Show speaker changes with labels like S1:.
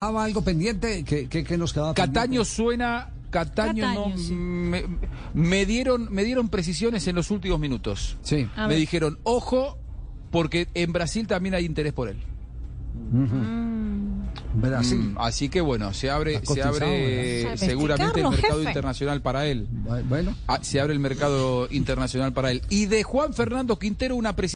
S1: Ah, algo pendiente? ¿Qué, qué, qué nos quedaba
S2: Cataño
S1: pendiente?
S2: suena, Cataño,
S3: Cataño,
S2: no
S3: sí.
S2: me, me dieron me dieron precisiones en los últimos minutos.
S1: Sí.
S3: A
S2: me
S3: ver.
S2: dijeron, "Ojo, porque en Brasil también hay interés por él."
S1: Brasil.
S2: Mm, Así que bueno, se abre
S1: Está
S2: se
S1: cotizado,
S2: abre
S3: ¿verdad? Sabe
S2: seguramente el
S3: explicarlo,
S2: mercado
S3: jefe.
S2: internacional para él.
S1: Bu- Bueno.
S2: Ah, se abre el mercado internacional para él y de Juan Fernando Quintero una precisión